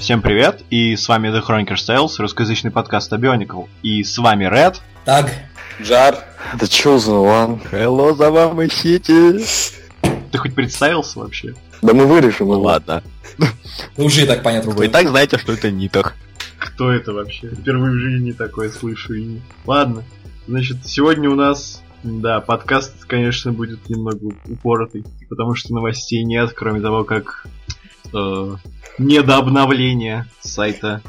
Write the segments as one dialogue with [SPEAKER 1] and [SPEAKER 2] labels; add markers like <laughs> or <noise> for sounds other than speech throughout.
[SPEAKER 1] Всем привет, и с вами The Chronicles Tales, русскоязычный подкаст о Bionicle. И с вами Red.
[SPEAKER 2] Так,
[SPEAKER 3] Джар.
[SPEAKER 4] The chosen one.
[SPEAKER 5] Hello, за вами Сити.
[SPEAKER 1] Ты хоть представился вообще?
[SPEAKER 4] Да мы вырежем его.
[SPEAKER 5] Ладно.
[SPEAKER 2] ну уже и так понятно
[SPEAKER 5] Вы и
[SPEAKER 2] будет.
[SPEAKER 5] так знаете, что это Нитах.
[SPEAKER 1] Кто это вообще? Впервые в жизни такое слышу. И... Ладно, значит, сегодня у нас, да, подкаст, конечно, будет немного упоротый, потому что новостей нет, кроме того, как э, недообновление сайта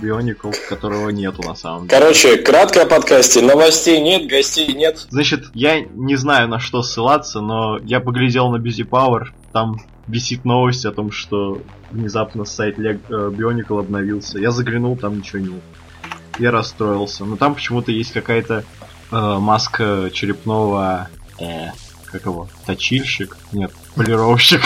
[SPEAKER 1] Bionicle, которого нету на самом деле.
[SPEAKER 3] Короче, кратко о подкасте. Новостей нет, гостей нет.
[SPEAKER 1] Значит, я не знаю, на что ссылаться, но я поглядел на Busy Power, там висит новость о том, что внезапно сайт Лег... э, Bionicle обновился. Я заглянул, там ничего не было. Я расстроился. Но там почему-то есть какая-то э, маска черепного... э, как его? Точильщик? Нет, полировщик.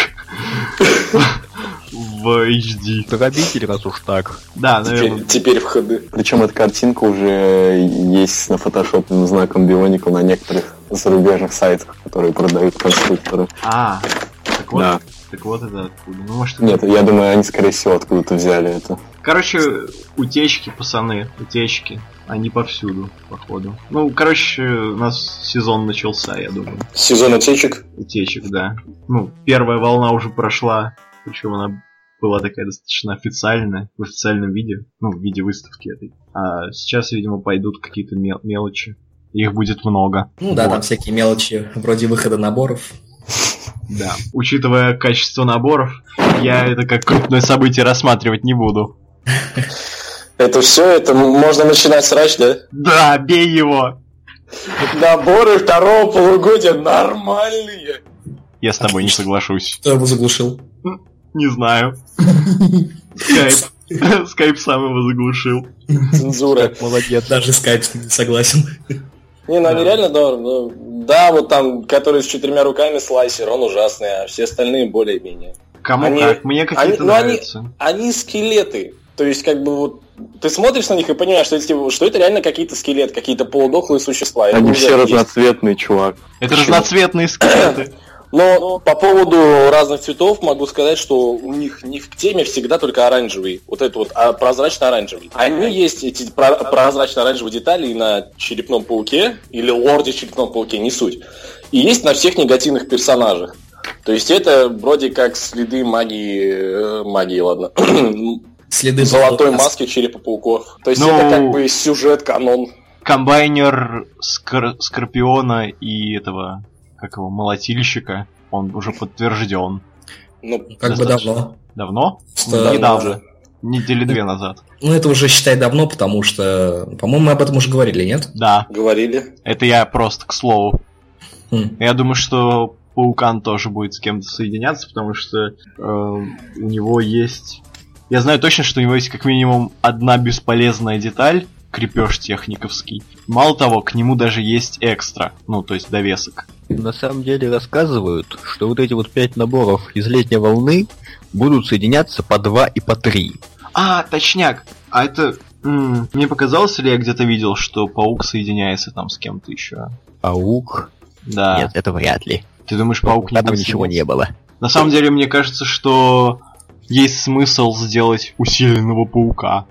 [SPEAKER 1] <laughs> В HD.
[SPEAKER 5] Дробитель, раз уж так.
[SPEAKER 1] Да,
[SPEAKER 3] Теперь,
[SPEAKER 1] наверное.
[SPEAKER 3] теперь в ходы.
[SPEAKER 4] Причем эта картинка уже есть на фотошопленным знаком Бионикл на некоторых зарубежных сайтах, которые продают конструкторы.
[SPEAKER 1] А, так вот.
[SPEAKER 4] Да.
[SPEAKER 1] Так вот это откуда. Ну, может, это
[SPEAKER 4] Нет, я думаю, они, скорее всего, откуда-то взяли это.
[SPEAKER 1] Короче, утечки, пацаны, утечки. Они повсюду, походу. Ну, короче, у нас сезон начался, я думаю.
[SPEAKER 3] Сезон утечек.
[SPEAKER 1] Утечек, да. Ну, первая волна уже прошла, причем она была такая достаточно официальная, в официальном виде, ну, в виде выставки этой. А сейчас, видимо, пойдут какие-то мел- мелочи. Их будет много.
[SPEAKER 2] Ну да,
[SPEAKER 1] Вот.
[SPEAKER 2] там всякие мелочи, вроде выхода наборов.
[SPEAKER 1] Да. Учитывая качество наборов, я это как крупное событие рассматривать не буду.
[SPEAKER 3] Это все, это м- можно начинать срач, да?
[SPEAKER 1] Да, бей его!
[SPEAKER 3] Наборы второго полугодия нормальные.
[SPEAKER 1] Я с тобой не
[SPEAKER 2] Отлично.
[SPEAKER 1] соглашусь.
[SPEAKER 2] Кто его заглушил?
[SPEAKER 1] Не знаю. Скайп.
[SPEAKER 3] <laughs>
[SPEAKER 1] Скайп сам его заглушил.
[SPEAKER 3] Цензура.
[SPEAKER 5] Молодец.
[SPEAKER 2] Даже скайп с ним не согласен.
[SPEAKER 3] Не, ну они реально добрые. ну, Да, вот там, который с четырьмя руками слайсер, он ужасный, а все остальные более-менее.
[SPEAKER 1] Кому
[SPEAKER 3] Они-
[SPEAKER 1] как? Мне какие-то
[SPEAKER 3] они- ну, они-
[SPEAKER 1] нравятся.
[SPEAKER 3] Они скелеты. То есть, как бы вот ты смотришь на них и понимаешь, что, эти- что это реально какие-то скелеты, какие-то полудохлые существа.
[SPEAKER 4] Они
[SPEAKER 1] Ну,
[SPEAKER 3] Это
[SPEAKER 4] все
[SPEAKER 3] уже есть.
[SPEAKER 4] разноцветные, чувак.
[SPEAKER 1] Это
[SPEAKER 4] Почему?
[SPEAKER 1] разноцветные
[SPEAKER 3] <clears throat>
[SPEAKER 1] скелеты.
[SPEAKER 3] Но по поводу разных цветов могу сказать, что у них не в теме всегда только оранжевый. Вот это вот а, прозрачно-оранжевый. Они есть, эти про- прозрачно-оранжевые детали и на черепном пауке, или лорде черепном пауке, не суть. И есть на всех негативных персонажах. То есть это вроде как следы магии... э, магии, ладно. <clears throat>
[SPEAKER 2] Следы
[SPEAKER 3] Золотой
[SPEAKER 2] золотой
[SPEAKER 3] маски черепа пауков. То есть
[SPEAKER 1] Ну-
[SPEAKER 3] это как бы сюжет, канон.
[SPEAKER 1] Комбайнер Скор- Скорпиона и этого, как его, молотильщика, он уже подтвержден.
[SPEAKER 3] Ну,
[SPEAKER 2] Как бы
[SPEAKER 1] Достаточно.
[SPEAKER 2] давно.
[SPEAKER 1] Давно?
[SPEAKER 2] Что-
[SPEAKER 1] Недавно. Недели
[SPEAKER 3] <laughs>
[SPEAKER 1] две назад.
[SPEAKER 2] Ну это уже считай давно, потому что, по-моему, мы об этом уже говорили, нет?
[SPEAKER 1] Да,
[SPEAKER 3] говорили.
[SPEAKER 1] это я просто к слову.
[SPEAKER 2] Хм.
[SPEAKER 1] Я думаю, что Паукан тоже будет с кем-то соединяться, потому что э, у него есть... Я знаю точно, что у него есть как минимум одна бесполезная деталь, крепеж техниковский. Мало того, к нему даже есть экстра, ну, то есть довесок.
[SPEAKER 5] На самом деле рассказывают, что вот эти вот пять наборов из летней волны будут соединяться по два и по три.
[SPEAKER 1] А, точняк! А это... м, Мне показалось ли я где-то видел, что паук соединяется там с кем-то еще?
[SPEAKER 5] Паук?
[SPEAKER 1] Да.
[SPEAKER 5] Нет, это вряд ли.
[SPEAKER 1] Ты думаешь, паук не
[SPEAKER 5] Пока там
[SPEAKER 1] будет
[SPEAKER 5] ничего
[SPEAKER 1] соединяться?
[SPEAKER 5] не было.
[SPEAKER 1] На самом деле, мне кажется, что есть смысл сделать усиленного паука.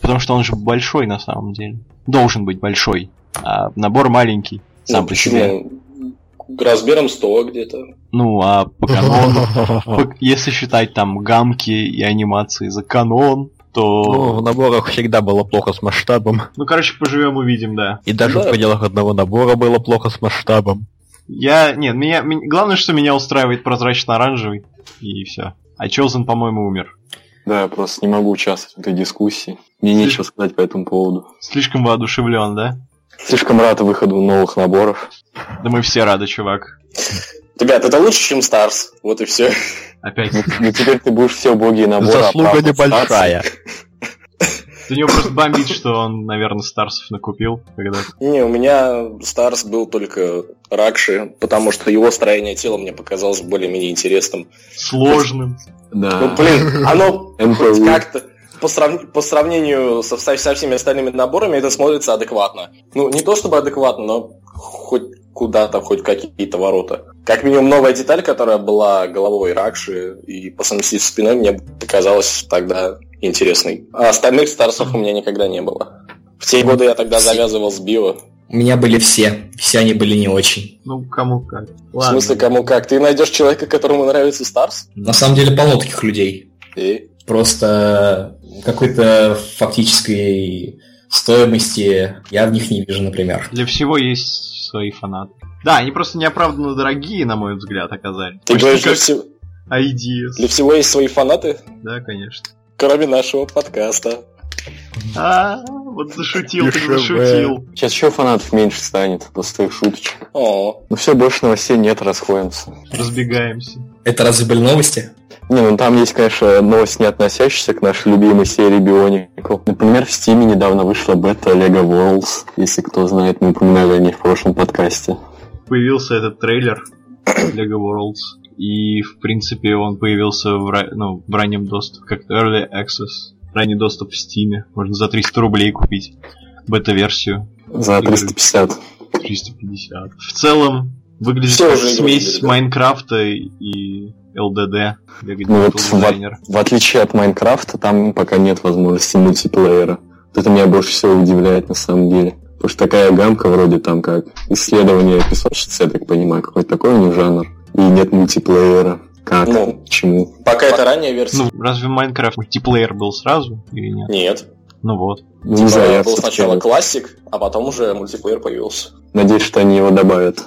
[SPEAKER 1] Потому что он же большой на самом деле. Должен быть большой. А набор маленький. Сам
[SPEAKER 3] Ну,
[SPEAKER 1] по себе.
[SPEAKER 3] почему? Размером 100 где-то.
[SPEAKER 1] Ну, а по
[SPEAKER 5] <laughs>
[SPEAKER 1] канону... по- Если считать там гамки и анимации за канон,
[SPEAKER 5] Ну, в
[SPEAKER 1] то...
[SPEAKER 5] наборах всегда было плохо с масштабом.
[SPEAKER 1] Ну, короче, поживем увидим, Ну да.
[SPEAKER 5] И даже в
[SPEAKER 3] Да.
[SPEAKER 5] пределах одного набора было плохо с масштабом.
[SPEAKER 1] Я... Нет, меня... мен- Главное, что меня устраивает прозрачно-оранжевый. И все. А Чозен, по-моему, умер.
[SPEAKER 4] Да, я просто не могу участвовать в этой дискуссии. Мне нечего сказать по этому поводу.
[SPEAKER 1] Слишком воодушевлен, да?
[SPEAKER 4] Слишком рад выходу новых наборов.
[SPEAKER 1] Да мы все рады, чувак.
[SPEAKER 3] Ребят, это лучше, чем Старс. Вот и все.
[SPEAKER 4] <laughs>
[SPEAKER 1] Опять.
[SPEAKER 4] Ну, ну теперь ты будешь все боги наборы
[SPEAKER 5] Заслуга
[SPEAKER 4] оправдывать.
[SPEAKER 5] небольшая.
[SPEAKER 1] У него просто бомбит, что он, наверное, Старсов накупил когда
[SPEAKER 3] Не, у меня Старс был только Ракши, потому что его строение тела мне показалось более-менее интересным.
[SPEAKER 1] сложным.
[SPEAKER 3] Ну,
[SPEAKER 4] Да.
[SPEAKER 3] блин, оно
[SPEAKER 4] НПУ.
[SPEAKER 3] хоть как-то по, срав- по сравнению со, со- со всеми остальными наборами это смотрится адекватно. Ну, не то чтобы адекватно, но хоть куда-то хоть какие-то ворота. Как минимум новая деталь, которая была головой Ракши и по совместительству спиной, мне показалась тогда интересной. А остальных старсов у меня никогда не было. В те годы я тогда завязывал с био.
[SPEAKER 2] У меня были все. Все они были не очень.
[SPEAKER 1] Ну, кому как.
[SPEAKER 3] В смысле, кому как? Ты найдешь человека, которому нравится Старс?
[SPEAKER 2] На самом деле полно таких людей.
[SPEAKER 3] И...
[SPEAKER 2] Просто какой-то фактической стоимости я в них не вижу, например.
[SPEAKER 1] Для всего есть свои фанаты. Да, они просто неоправданно дорогие, на мой взгляд, оказались.
[SPEAKER 3] Ты
[SPEAKER 1] Почти
[SPEAKER 3] говоришь, для,
[SPEAKER 1] как
[SPEAKER 3] всего,
[SPEAKER 1] IDs.
[SPEAKER 3] для всего есть свои фанаты,
[SPEAKER 1] Да, конечно.
[SPEAKER 3] кроме нашего подкаста.
[SPEAKER 1] А, вот зашутил, ты
[SPEAKER 5] Дешевая.
[SPEAKER 1] зашутил.
[SPEAKER 4] Сейчас еще фанатов меньше станет, пустых шуточек.
[SPEAKER 3] О,
[SPEAKER 4] Ну все, больше новостей нет, расходимся.
[SPEAKER 1] Разбегаемся.
[SPEAKER 2] Это разве были новости?
[SPEAKER 4] Не, ну там есть, конечно, новость, не относящаяся к нашей любимой серии Бионикл. Например, в Стиме недавно вышла бета Lego Worlds. Если кто знает, мы упоминали о ней в прошлом подкасте.
[SPEAKER 1] Появился этот трейлер <coughs> Lego Worlds. И, в принципе, он появился в, ра- ну, в раннем доступе, как Early Access. Ранний доступ в Steam. Можно за 300 рублей купить бета-версию.
[SPEAKER 4] За
[SPEAKER 1] Игры.
[SPEAKER 4] 350.
[SPEAKER 1] 350. В целом, выглядит
[SPEAKER 3] Всё
[SPEAKER 1] как
[SPEAKER 3] уже
[SPEAKER 1] смесь
[SPEAKER 3] выглядит, да.
[SPEAKER 1] Майнкрафта и ЛДД. Lego
[SPEAKER 4] Ну
[SPEAKER 1] Digital
[SPEAKER 4] вот в,
[SPEAKER 1] Designer.
[SPEAKER 4] от- в отличие от Майнкрафта, там пока нет возможности мультиплеера. Вот Это меня больше всего удивляет на самом деле. Потому что такая гамка вроде там как исследование песочницы, я так понимаю, какой-то такой у них жанр. И нет мультиплеера. Как?
[SPEAKER 3] Ну.
[SPEAKER 4] Почему?
[SPEAKER 3] пока это ранняя версия.
[SPEAKER 1] Ну, разве Майнкрафт мультиплеер был сразу или нет?
[SPEAKER 3] Нет.
[SPEAKER 1] Ну вот.
[SPEAKER 4] Ну, не знаю, я
[SPEAKER 3] типа, был
[SPEAKER 4] всё-таки
[SPEAKER 3] сначала классик, а потом уже мультиплеер появился.
[SPEAKER 4] Надеюсь, что они его добавят.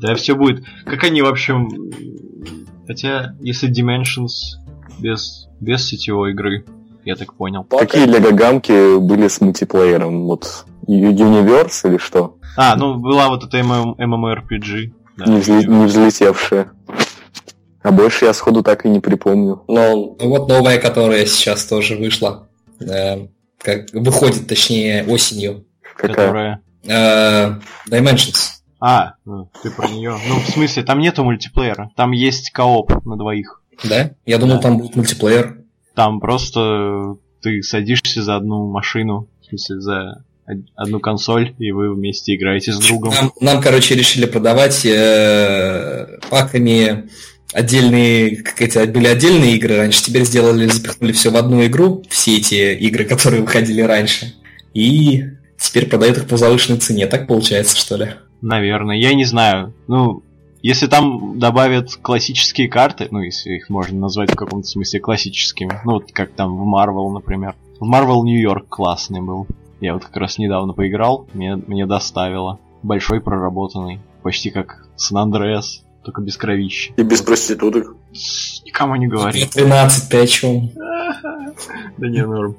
[SPEAKER 1] Да, все будет. Как они, в общем... м, Хотя, если Dimensions без, без сетевой игры, я так понял.
[SPEAKER 3] Пока-
[SPEAKER 4] Какие лего-гамки были с мультиплеером? Вот Ю- Universe или что?
[SPEAKER 1] А, ну была вот эта MM MMORPG. да.
[SPEAKER 4] Не, взле- не взлетевшие. А больше я сходу так и не припомню.
[SPEAKER 3] Но
[SPEAKER 2] Ну вот новая, которая сейчас тоже вышла. э, как, выходит, точнее, осенью.
[SPEAKER 4] Какая?
[SPEAKER 1] Которая...
[SPEAKER 2] Э, Dimensions.
[SPEAKER 1] А, ну, ты про нее. Ну, в смысле, там нету мультиплеера. Там есть кооп на двоих.
[SPEAKER 2] Да? Я думал,
[SPEAKER 1] Да.
[SPEAKER 2] там будет мультиплеер.
[SPEAKER 1] Там просто ты садишься за одну машину, в смысле, за од- одну консоль, и вы вместе играете с другом.
[SPEAKER 2] Нам, нам, короче, решили продавать э, паками отдельные, как эти были отдельные игры раньше, теперь сделали, запихнули все в одну игру, все эти игры, которые выходили раньше, и теперь продают их по завышенной цене. Так получается, что ли?
[SPEAKER 1] Наверное, я не знаю. Ну, если там добавят классические карты, ну, если их можно назвать в каком-то смысле классическими, ну, вот как там в Marvel, например. В Marvel Нью-Йорк классный был. Я вот как раз недавно поиграл, мне, мне доставило. Большой, проработанный. Почти как Сан-Андреас, только без кровища.
[SPEAKER 3] и без проституток.
[SPEAKER 1] Никому не говори.
[SPEAKER 2] 13, ты о чем?
[SPEAKER 1] Да не, норм.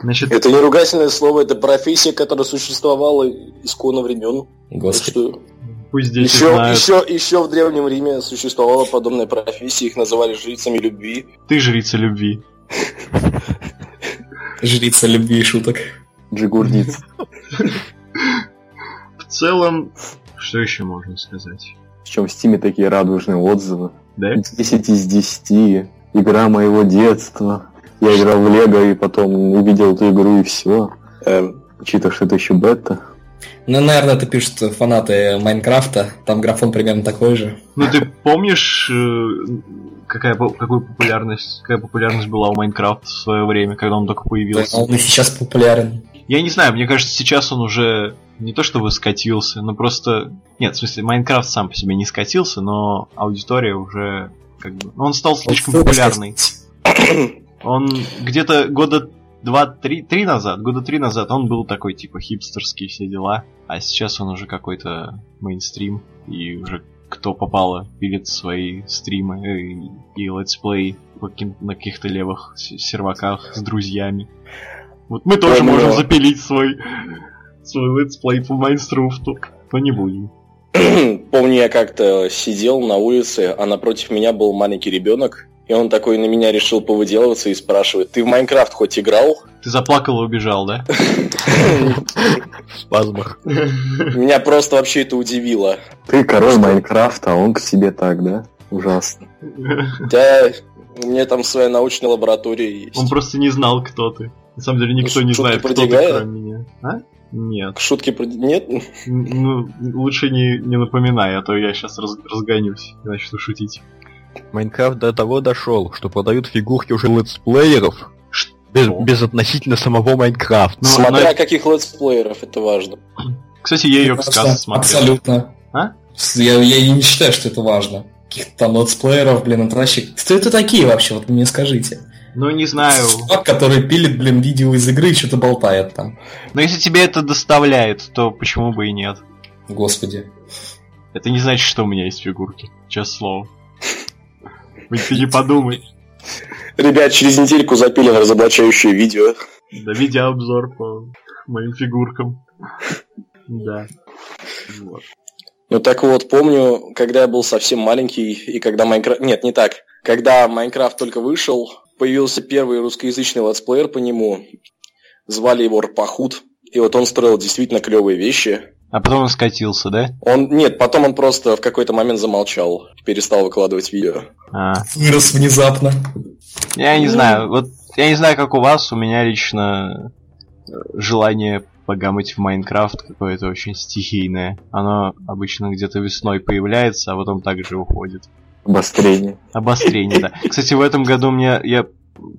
[SPEAKER 1] Значит,
[SPEAKER 3] Это не ругательное слово, это профессия, которая существовала исконно времен. Так
[SPEAKER 2] Господи.
[SPEAKER 3] что
[SPEAKER 1] пусть дети
[SPEAKER 3] Еще,
[SPEAKER 1] знают.
[SPEAKER 3] еще, еще в Древнем Риме существовала подобная профессия, их называли жрицами любви.
[SPEAKER 1] Ты жрица любви.
[SPEAKER 2] Жрица любви и шуток.
[SPEAKER 3] <laughs>
[SPEAKER 4] Джигурдиц.
[SPEAKER 1] В целом, что еще можно сказать?
[SPEAKER 4] Причем в Стиме такие радужные отзывы.
[SPEAKER 1] Да?
[SPEAKER 4] 10 из 10. Игра моего детства. Я играл в Лего и потом увидел эту игру и все.
[SPEAKER 3] Эм, <clears throat>
[SPEAKER 4] Учитывая, что это еще бета.
[SPEAKER 2] Ну, наверное, это пишут фанаты Майнкрафта, там графон примерно такой же.
[SPEAKER 1] Ну ты помнишь, э, какая, по- какую популярность, какая популярность была у Майнкрафта в свое время, когда он только появился?
[SPEAKER 2] Он и сейчас популярен.
[SPEAKER 1] Я не знаю, мне кажется, сейчас он уже не то чтобы скатился, но просто... Нет, в смысле, Майнкрафт сам по себе не скатился, но аудитория уже как бы... ну, Он стал слишком популярный. Он где-то года два-три три назад, года три назад он был такой, типа, хипстерский, все дела. А сейчас он уже какой-то мейнстрим, и уже кто попало пилит свои стримы э, и летсплей по каким- на каких-то левых с- серваках с друзьями. Вот мы тоже
[SPEAKER 3] Понял.
[SPEAKER 1] можем запилить свой свой летсплей по Майнструфту, но не будем.
[SPEAKER 3] Помню, я как-то сидел на улице, а напротив меня был маленький ребенок, и он такой на меня решил повыделываться и спрашивает, ты в Майнкрафт хоть играл?
[SPEAKER 1] Ты заплакал и убежал,
[SPEAKER 3] <laughs>
[SPEAKER 1] да?
[SPEAKER 5] В спазмах.
[SPEAKER 3] Меня просто вообще это удивило.
[SPEAKER 4] Ты король Майнкрафта, а он к тебе так, да? Ужасно.
[SPEAKER 3] Да, у меня там своя научная лаборатория есть.
[SPEAKER 1] Он просто не знал, кто ты. На самом деле никто
[SPEAKER 3] Ну,
[SPEAKER 1] не
[SPEAKER 3] что,
[SPEAKER 1] знает,
[SPEAKER 3] ты
[SPEAKER 1] кто ты,
[SPEAKER 3] продвигая?
[SPEAKER 1] кроме меня. А? Нет.
[SPEAKER 3] Шутки про... Нет?
[SPEAKER 1] Н- Ну, лучше не, не напоминай, а то я сейчас разгонюсь и начну шутить.
[SPEAKER 5] Майнкрафт до того дошел, что продают фигурки уже летсплееров
[SPEAKER 1] Что?
[SPEAKER 5] без, без относительно самого Майнкрафта.
[SPEAKER 1] Ну,
[SPEAKER 3] Смотря
[SPEAKER 1] она-
[SPEAKER 3] каких летсплееров, это важно.
[SPEAKER 1] Кстати, я ее в
[SPEAKER 2] Абсо-
[SPEAKER 1] сказ смотрел.
[SPEAKER 2] Абсолютно.
[SPEAKER 1] А?
[SPEAKER 2] С- Я, я и не считаю, что это важно. Каких-то там летсплееров, блин, это вообще... Кто это такие вообще, вот вы мне скажите?
[SPEAKER 1] Ну, не знаю.
[SPEAKER 2] Чувак, который пилит, блин, видео из игры и что-то болтает там.
[SPEAKER 1] Но если тебе это доставляет, то почему бы и нет?
[SPEAKER 2] Господи.
[SPEAKER 1] Это не значит, что у меня есть фигурки. Честное слово. Вы ты не подумай.
[SPEAKER 3] Ребят, через недельку запилим разоблачающее видео.
[SPEAKER 1] Да, видеообзор по моим фигуркам. Да. Вот.
[SPEAKER 3] Ну так вот, помню, когда я был совсем маленький, и когда Майнкрафт... Нет, не так. Когда Майнкрафт только вышел, появился первый русскоязычный летсплеер по нему. Звали его Рпахут. И вот он строил действительно клевые вещи.
[SPEAKER 1] А потом он скатился, да?
[SPEAKER 3] Он... Нет, потом он просто в какой-то момент замолчал. Перестал выкладывать видео.
[SPEAKER 1] А.
[SPEAKER 2] Вырос внезапно.
[SPEAKER 1] Я не знаю, вот я не знаю, как у вас, у меня лично э, желание погамать в Майнкрафт какое-то очень стихийное. Оно обычно где-то весной появляется, а потом также уходит.
[SPEAKER 4] Обострение.
[SPEAKER 1] Обострение, да. Кстати, в этом году мне я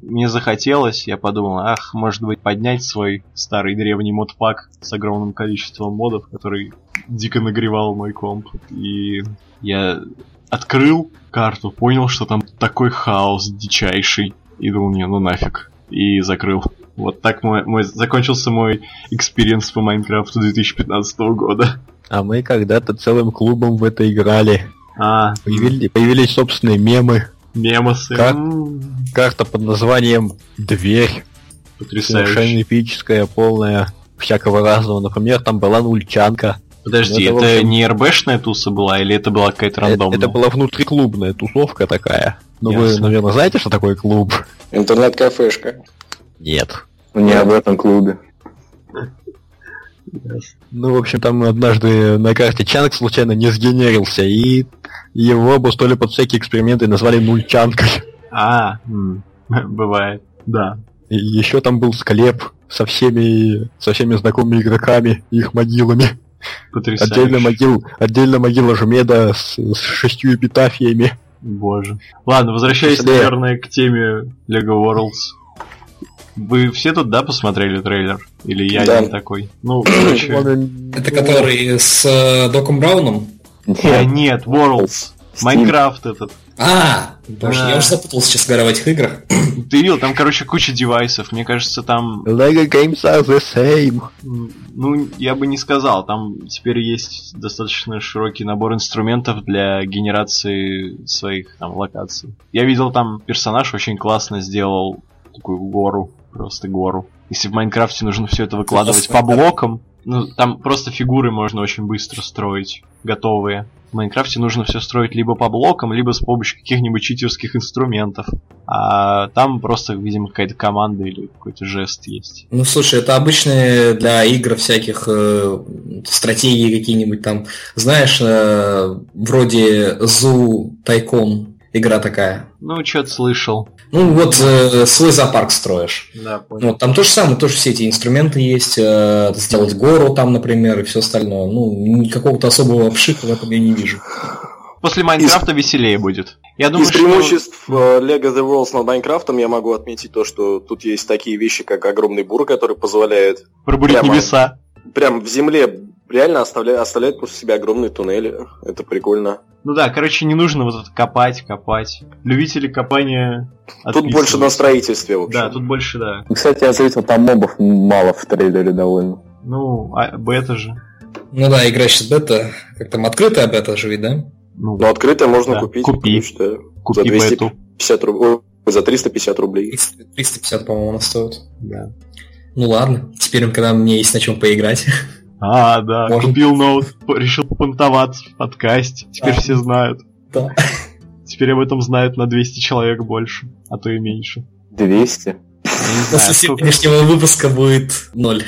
[SPEAKER 1] мне захотелось, я подумал, ах, может быть, поднять свой старый древний модпак с огромным количеством модов, который дико нагревал мой комп. И я открыл карту, понял, что там такой хаос дичайший, и думал, не, ну нафиг, и закрыл. Вот так мой, мой- закончился мой экспириенс по Майнкрафту 2015 года.
[SPEAKER 5] А мы когда-то целым клубом в это играли.
[SPEAKER 1] А,
[SPEAKER 5] Появили- появились собственные мемы.
[SPEAKER 1] мемосы.
[SPEAKER 5] Как?
[SPEAKER 1] М,
[SPEAKER 5] Карта под названием «Дверь».
[SPEAKER 1] Потрясающе.
[SPEAKER 5] Совершенно эпическая, полная всякого разного. Например, там была нульчанка.
[SPEAKER 1] Подожди,
[SPEAKER 5] Ну,
[SPEAKER 1] это,
[SPEAKER 5] это, в общем-
[SPEAKER 1] не РБшная туса была, или это была какая-то
[SPEAKER 5] Э- Это,
[SPEAKER 1] рандомная?
[SPEAKER 5] была внутриклубная тусовка такая. Ну вы,
[SPEAKER 1] Ясно.
[SPEAKER 5] наверное, знаете, что такое клуб?
[SPEAKER 3] Интернет-кафешка.
[SPEAKER 5] Нет.
[SPEAKER 4] Не об этом клубе.
[SPEAKER 5] Ну, в общем, там однажды на карте Чанг случайно не сгенерился, и его обустроили под всякие эксперименты и назвали нульчанкой.
[SPEAKER 1] А, м, <laughs> бывает, да.
[SPEAKER 5] И еще там был склеп со всеми, со всеми знакомыми игроками и их могилами.
[SPEAKER 1] Потрясающе.
[SPEAKER 5] Отдельно, могил, отдельно могила Жмеда с, с шестью эпитафиями.
[SPEAKER 1] Боже. Ладно, возвращаясь,
[SPEAKER 5] Быстрее.
[SPEAKER 1] наверное, к теме Lego Worlds. Вы все тут, да, посмотрели трейлер? Или я
[SPEAKER 3] Да.
[SPEAKER 1] один такой? Ну, короче...
[SPEAKER 2] Это который с э, Доком Брауном?
[SPEAKER 1] А, нет, Worlds. Майнкрафт этот.
[SPEAKER 2] А, боже,
[SPEAKER 1] Да.
[SPEAKER 2] я уже запутался, честно говоря, в этих играх.
[SPEAKER 1] Ты видел, там, короче, куча девайсов. Мне кажется, там...
[SPEAKER 5] Lego games are the same.
[SPEAKER 1] м, Ну, я бы не сказал. Там теперь есть достаточно широкий набор инструментов для генерации своих там локаций. Я видел там персонаж очень классно сделал такую гору, просто гору. Если в Майнкрафте нужно все это выкладывать по блокам, ну там просто фигуры можно очень быстро строить, готовые. В Майнкрафте нужно все строить либо по блокам, либо с помощью каких-нибудь читерских инструментов. А там просто, видимо, какая-то команда или какой-то жест есть.
[SPEAKER 2] Ну, слушай, это обычные для игр всяких э, стратегии какие-нибудь там. Знаешь, э, вроде Zoo Tycoon игра такая.
[SPEAKER 1] Ну, что-то слышал.
[SPEAKER 2] Ну, вот э, свой зоопарк строишь.
[SPEAKER 1] Да, понял.
[SPEAKER 2] Вот, там то же самое, тоже все эти инструменты есть. э, сделать гору там, например, и все остальное. Ну, никакого-то особого обшиха в этом я не вижу.
[SPEAKER 1] После Майнкрафта веселее будет. Я думаю,
[SPEAKER 3] Из
[SPEAKER 1] Ну, что...
[SPEAKER 3] преимуществ э, Lego The Worlds над Майнкрафтом я могу отметить то, что тут есть такие вещи, как огромный бур, который позволяет
[SPEAKER 1] Пробурить
[SPEAKER 3] Прямо.
[SPEAKER 1] небеса.
[SPEAKER 3] прям в земле реально оставляет, оставляет после себя огромные туннели. Это прикольно.
[SPEAKER 1] Ну да, короче, не нужно вот это копать, копать. Любители копания
[SPEAKER 3] Тут больше на
[SPEAKER 1] нас.
[SPEAKER 3] строительстве, в общем.
[SPEAKER 1] Да, тут больше, да.
[SPEAKER 4] И, Кстати, я заметил, там мобов мало в трейлере довольно.
[SPEAKER 1] Ну, а бета же.
[SPEAKER 2] Ну да, игра сейчас бета, как там открытая бета же ведь, да?
[SPEAKER 1] Ну,
[SPEAKER 3] Но открытое можно
[SPEAKER 1] Да,
[SPEAKER 3] купить,
[SPEAKER 1] купи.
[SPEAKER 3] потому что
[SPEAKER 1] купи
[SPEAKER 3] за 200.
[SPEAKER 1] бету.
[SPEAKER 3] 50 рублей. За 350 рублей.
[SPEAKER 2] 300 350, по-моему, она стоит.
[SPEAKER 1] Да.
[SPEAKER 2] Ну ладно, теперь, когда мне есть на чем поиграть.
[SPEAKER 1] А, да,
[SPEAKER 2] Можно.
[SPEAKER 1] купил ноут, п- решил понтоваться в подкасте. Теперь
[SPEAKER 4] А.
[SPEAKER 2] Да.
[SPEAKER 1] все знают.
[SPEAKER 2] Да.
[SPEAKER 1] Теперь об этом знают на 200 человек больше, а то и меньше.
[SPEAKER 4] 200?
[SPEAKER 1] Я не знаю, сколько.
[SPEAKER 2] После сегодняшнего выпуска будет ноль.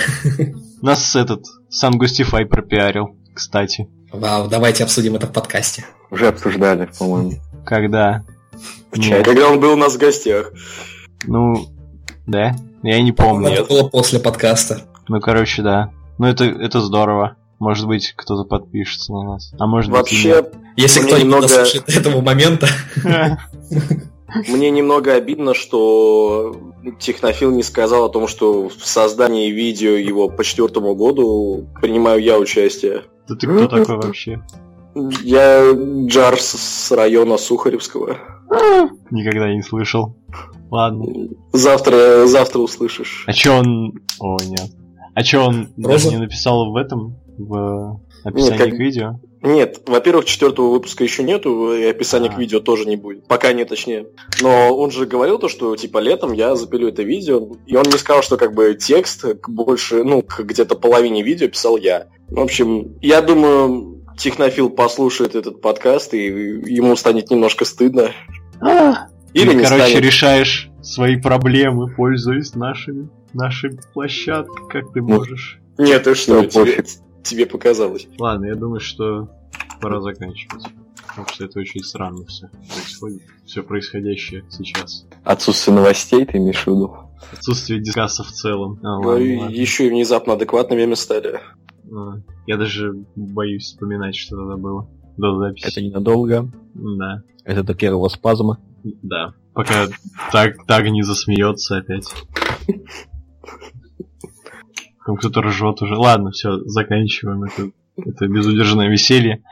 [SPEAKER 1] Нас этот сам Густифай пропиарил, кстати.
[SPEAKER 2] Вау, давайте обсудим это в подкасте.
[SPEAKER 4] Уже обсуждали, по-моему.
[SPEAKER 1] Когда?
[SPEAKER 4] чате.
[SPEAKER 3] А Когда он был у нас в гостях.
[SPEAKER 1] Ну, да. Я не помню.
[SPEAKER 2] Это было после подкаста.
[SPEAKER 1] Ну, короче, да. Ну это, это здорово. Может быть, кто-то подпишется на нас. А может
[SPEAKER 3] Вообще,
[SPEAKER 2] Если
[SPEAKER 3] Мне
[SPEAKER 2] кто-нибудь
[SPEAKER 3] немного-
[SPEAKER 2] дослушает до этого момента,
[SPEAKER 1] быть, и нет.
[SPEAKER 3] Мне немного обидно, что Технофил не сказал о том, что в создании видео его по четвертому году принимаю я участие.
[SPEAKER 1] <laughs> Да ты кто такой вообще?
[SPEAKER 3] Я Джарс с района Сухаревского.
[SPEAKER 1] Никогда не слышал. Ладно.
[SPEAKER 3] Завтра, завтра услышишь.
[SPEAKER 1] А чё он... О, нет. А чё он даже
[SPEAKER 2] Роза?
[SPEAKER 1] не написал в этом? В описании
[SPEAKER 3] как-
[SPEAKER 1] к видео?
[SPEAKER 3] Нет, во-первых, четвертого выпуска еще нету, и описания
[SPEAKER 1] А.
[SPEAKER 3] к видео тоже не будет. Пока не точнее. Но он же говорил то, что типа летом я запилю это видео, и он не сказал, что как бы текст к больше, ну, к где-то половине видео писал я. В общем, я думаю, Технофил послушает этот подкаст, и ему станет немножко стыдно. Или
[SPEAKER 1] Ты,
[SPEAKER 3] не
[SPEAKER 1] короче,
[SPEAKER 3] станет.
[SPEAKER 1] решаешь свои проблемы, пользуясь нашими, нашей площадкой, как
[SPEAKER 3] Ну,
[SPEAKER 1] ты можешь.
[SPEAKER 3] Нет, ты что,
[SPEAKER 4] Ну,
[SPEAKER 3] тебе,
[SPEAKER 4] пофиг.
[SPEAKER 3] тебе показалось.
[SPEAKER 1] Ладно, я думаю, что пора заканчивать. Потому что это очень странно все происходит. Все происходящее сейчас.
[SPEAKER 4] Отсутствие новостей, ты имеешь в виду?
[SPEAKER 1] Отсутствие дискасса в целом. А,
[SPEAKER 3] Ну,
[SPEAKER 1] ладно,
[SPEAKER 3] и
[SPEAKER 1] ладно.
[SPEAKER 3] еще и внезапно адекватными мы стали.
[SPEAKER 1] А, Я даже боюсь вспоминать, что тогда было. До записи.
[SPEAKER 5] Это ненадолго.
[SPEAKER 1] Да.
[SPEAKER 5] Это до первого спазма.
[SPEAKER 1] Да. Пока так, так не засмеется опять. Там кто-то ржет уже. Ладно, все, заканчиваем это, это безудержное веселье.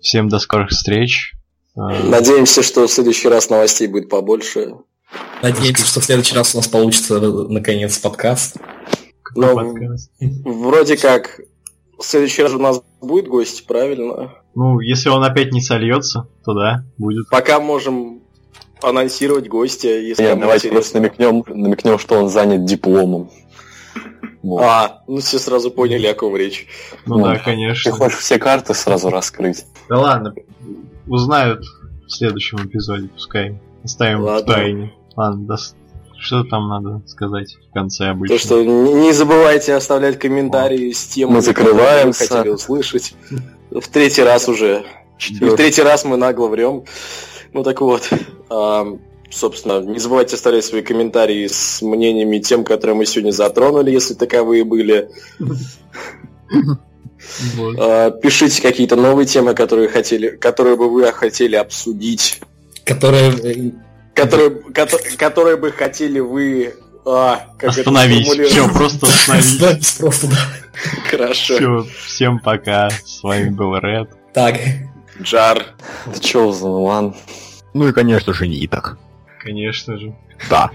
[SPEAKER 1] Всем до скорых встреч. А,
[SPEAKER 3] Надеемся, что в следующий раз новостей будет побольше.
[SPEAKER 2] надеемся, что в следующий раз у нас получится э, наконец подкаст.
[SPEAKER 1] какой
[SPEAKER 3] Ну,
[SPEAKER 1] подкаст?
[SPEAKER 3] Вроде как, в следующий раз у нас будет гость, правильно?
[SPEAKER 1] Ну, если он опять не сольется, то да, будет.
[SPEAKER 3] Пока можем анонсировать гостя, если
[SPEAKER 4] Нет,
[SPEAKER 3] кому
[SPEAKER 4] давайте просто
[SPEAKER 3] интересно.
[SPEAKER 4] намекнем, намекнем, что он занят дипломом. Вот.
[SPEAKER 3] А, ну все сразу поняли, о ком речь.
[SPEAKER 1] Ну да,
[SPEAKER 4] Ладно. Ты
[SPEAKER 1] конечно.
[SPEAKER 4] хочешь все карты сразу раскрыть?
[SPEAKER 1] Да ладно, узнают в следующем эпизоде, пускай. Оставим в
[SPEAKER 3] Ладно.
[SPEAKER 1] тайне. Ладно, да с- что там надо сказать в конце обычно?
[SPEAKER 3] Так что не не забывайте оставлять комментарии с темами,
[SPEAKER 4] Мы закрываемся.
[SPEAKER 3] которые вы хотели услышать. В третий раз уже. И в третий раз мы нагло врем. Ну так вот. ам, Собственно, не забывайте оставлять свои комментарии с мнениями тем, которые мы сегодня затронули, если таковые были.
[SPEAKER 1] Вот.
[SPEAKER 3] Э, Пишите какие-то новые темы, которые хотели, которые бы вы хотели обсудить,
[SPEAKER 2] Которое... э,
[SPEAKER 3] которые, кото- которые бы хотели вы а, как это
[SPEAKER 1] Остановись. Все,
[SPEAKER 3] сформулировать?
[SPEAKER 1] просто
[SPEAKER 2] <laughs>
[SPEAKER 1] остановись.
[SPEAKER 2] знаешь, Просто, да.
[SPEAKER 3] Хорошо.
[SPEAKER 1] Все, всем пока. С вами был Ред.
[SPEAKER 2] Так.
[SPEAKER 3] Джар.
[SPEAKER 4] Ты чё, Зуман?
[SPEAKER 5] Ну и, конечно же, не и так.
[SPEAKER 1] Конечно же.
[SPEAKER 5] Да.